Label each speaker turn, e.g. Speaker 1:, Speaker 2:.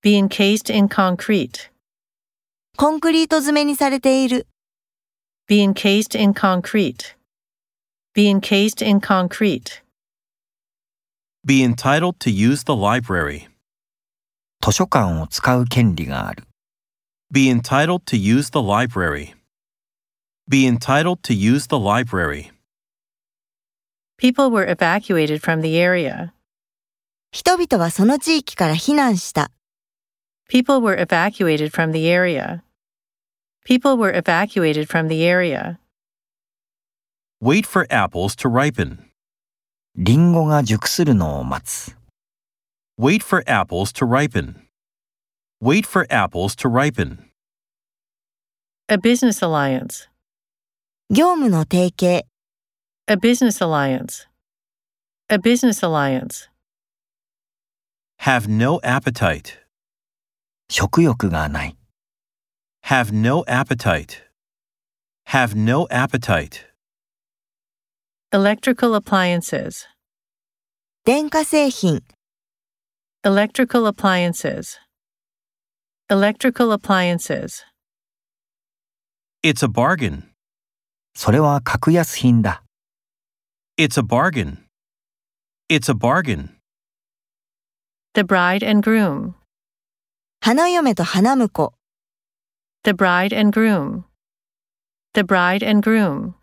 Speaker 1: be encased in concrete,
Speaker 2: コンクリート詰めにされている。
Speaker 1: be encased in concrete, be encased in concrete,
Speaker 3: Be entitled to use the library.
Speaker 4: 図書館を使う権利がある。
Speaker 3: Be entitled to use the library. Be entitled to use the library.
Speaker 1: people were evacuated from the area.
Speaker 2: 人々はその地域から避難した。
Speaker 1: People were evacuated from the area. People were evacuated from the area.
Speaker 3: Wait for apples to ripen.
Speaker 4: リンゴが熟するのを待つ。
Speaker 3: Wait for apples to ripen. Wait for apples to ripen.
Speaker 1: A business alliance.
Speaker 2: 業務の提携。
Speaker 1: A business alliance. A business alliance.
Speaker 3: Have no appetite.
Speaker 4: 食欲がない。
Speaker 3: Have no appetite. Have no appetite.
Speaker 1: Electrical appliances.
Speaker 2: 電化製品。
Speaker 1: Electrical appliances. Electrical appliances.
Speaker 3: It's a bargain.
Speaker 4: それは格安品だ。
Speaker 3: It's a bargain. It's a bargain.
Speaker 1: The bride and groom.
Speaker 2: 花嫁と花婿。
Speaker 1: The bride and groom. The bride and groom.